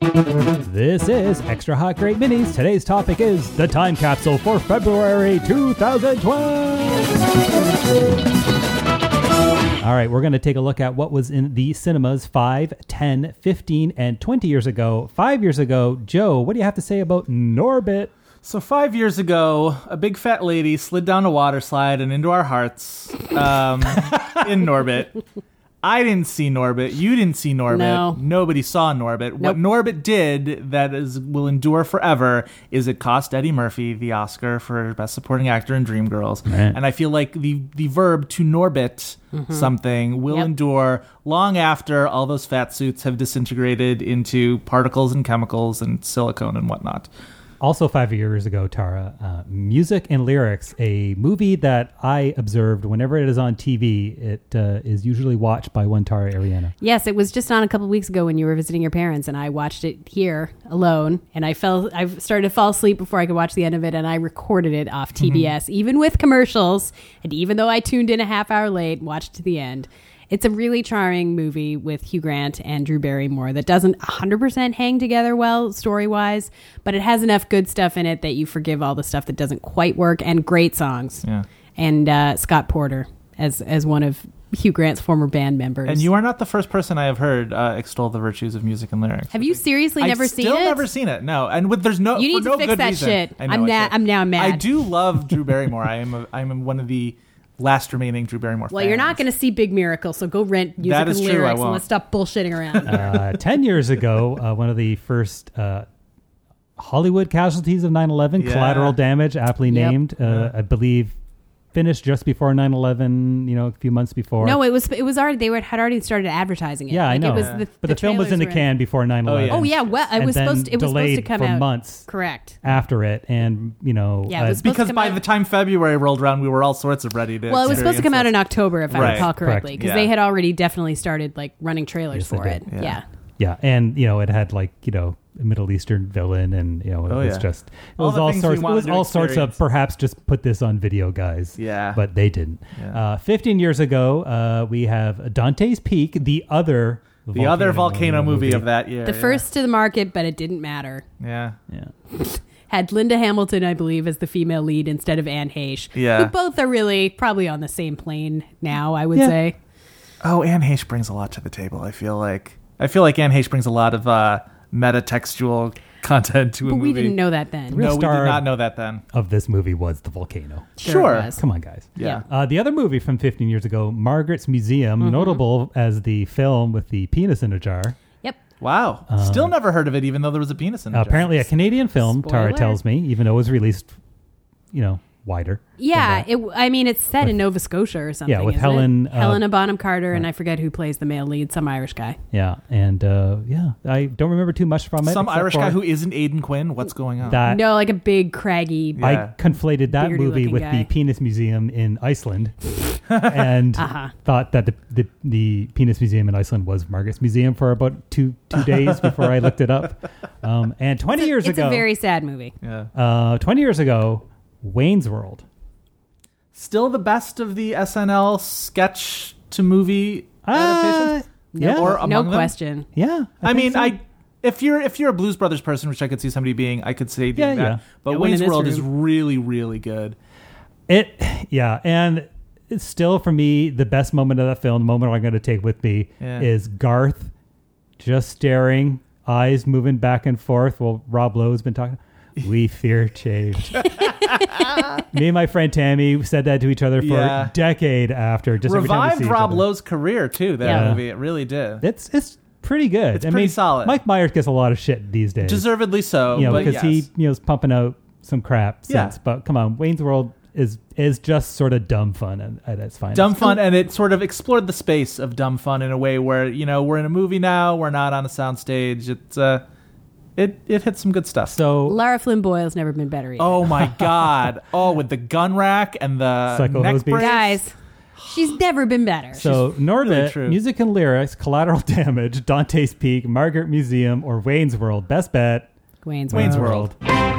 This is Extra Hot Great Minis. Today's topic is the time capsule for February 2012. All right, we're going to take a look at what was in the cinemas 5, 10, 15, and 20 years ago. Five years ago, Joe, what do you have to say about Norbit? So five years ago, a big fat lady slid down a water slide and into our hearts um, in Norbit. I didn't see Norbit. You didn't see Norbit. No. Nobody saw Norbit. What Norbit did that is will endure forever is it cost Eddie Murphy the Oscar for Best Supporting Actor in Dreamgirls. And I feel like the the verb to Norbit something will Mm-hmm. Yep. endure long after all those fat suits have disintegrated into particles and chemicals and silicone and whatnot. Also, five years ago, Tara, uh, Music and Lyrics, a movie that I observed whenever it is on TV, it uh, is usually watched by one Tara Ariana. Yes, it was just on a couple weeks ago when you were visiting your parents, and I watched it here alone. And I fell, I started to fall asleep before I could watch the end of it, and I recorded it off TBS, even with commercials, and even though I tuned in a half hour late, watched to the end. It's a really charming movie with Hugh Grant and Drew Barrymore that doesn't 100% hang together well story wise, but it has enough good stuff in it that you forgive all the stuff that doesn't quite work and great songs. Yeah. And uh, Scott Porter as, as one of Hugh Grant's former band members. And you are not the first person I have heard uh, extol the virtues of music and lyrics. Have you seriously never I've seen still it? never seen it. No, and with, there's no. You need for to no fix good that reason. shit. I know, I'm I na- should. I'm now mad. I do love Drew Barrymore. I am. A, I am one of the last remaining Drew Barrymore. well, you're not fans. going to see Big Miracle, so go rent music That is and true, I lyrics, and won't. let's stop bullshitting around. Uh, 10 years ago, uh, one of the first uh, Hollywood casualties of 9 11, Yeah. collateral damage, aptly Yep. named, uh, I believe, finished just before 9 11, you know, a few months before. no, it was it was already they were, had already started advertising it. yeah, I Like, know. It was but the, the, film was in the trailers were can before 9 11. Oh, Oh yeah, well, it And was then supposed to, it was supposed delayed to come for out months Correct. after it. And, you know, uh, Yeah, it was supposed because to come by out- the time February rolled around, we were all sorts of ready to. Well, it was supposed to come out in experience October, if I Right. recall Correct. correctly, because Yeah. they had already definitely started like running trailers Yes, they for it. did. Yeah. Yeah, and you know it had like you know a Middle Eastern villain, and you know it Oh, was yeah. just it All was the all things we sorts. It wanted was to all sorts of experience. perhaps just put this on video, guys. Yeah. but they didn't. Uh, Fifteen years ago, uh, we have Dante's Peak, the other this. the other volcano movie of that year. The yeah. first to the market, but it didn't matter. Yeah. Yeah. Had Linda Hamilton, I believe, as the female lead instead of Anne Heche. Yeah. Who both are really probably on the same plane now, I would Yeah. say. Oh, Anne Heche brings a lot to the table. I feel like. I feel like Anne Heche brings a lot of uh, meta textual content to a But movie. we didn't know that then. Real No, we did star- not know that then. Of this movie was the volcano. Sure. it was. Come on, guys. Yeah. Uh, the other movie from 15 years ago, Margaret's Museum, Mm-hmm. notable as the film with the penis in a jar. Yep. Wow. Still never heard of it, even though there was a penis in it. Uh, Um, apparently, a Canadian film, Tara Spoiler. tells me, even though it was released, you know, wider. Yeah, it, I mean, it's set in Nova Scotia or something. Yeah, with isn't Helen, it? uh, Helena Bonham Carter, and I forget who plays the male lead, some Irish guy. Yeah, and uh, yeah, I don't remember too much from it. Some except Irish guy for who isn't Aiden Quinn. What's going on? that no, like a big craggy. I Yeah. conflated that Beardy movie looking with the guy. Penis Museum in Iceland, and Uh-huh. thought that the, the the Penis Museum in Iceland was Margaret's Museum for about two two days before I looked it up. Um, and twenty years it's ago, a very sad movie. yeah. uh, twenty years ago, Wayne's World. Still the best of the SNL sketch to movie Uh, adaptations. yeah, Or among no them? question. yeah. I, think mean, so. I if you're if you're a Blues Brothers person, which I could see somebody being, I could say doing Yeah, that. yeah. But Yeah, one in Wayne's this World is room. really really good. It, yeah, and it's still for me the best moment of that film. The moment I'm going to take with me Yeah. is Garth just staring, eyes moving back and forth. Well, Rob Lowe's been talking. We fear change. me and my friend Tammy said that to each other for Yeah. a decade after. Just every time we Revived see each Rob other. Lowe's career too. That Yeah. movie, it really did. It's it's pretty good. It's I pretty mean, solid. Mike Myers gets a lot of shit these days, Deservedly so. you know, but because he yes. you know is pumping out some crap Yeah. since. But come on, Wayne's World is is just sort of dumb fun and at its finest. dumb fun and it sort of explored the space of dumb fun in a way where you know we're in a movie now we're not on a soundstage it's uh it it hit some good stuff So Lara Flynn Boyle's never been better. Either. oh my god oh with the gun rack and the Psycho neck hose beast. brace. guys, she's never been better. So Norbit, true. music and lyrics, collateral damage, Dante's Peak, Margaret Museum, or Wayne's World. Best bet. Wayne's, Wayne's World. World.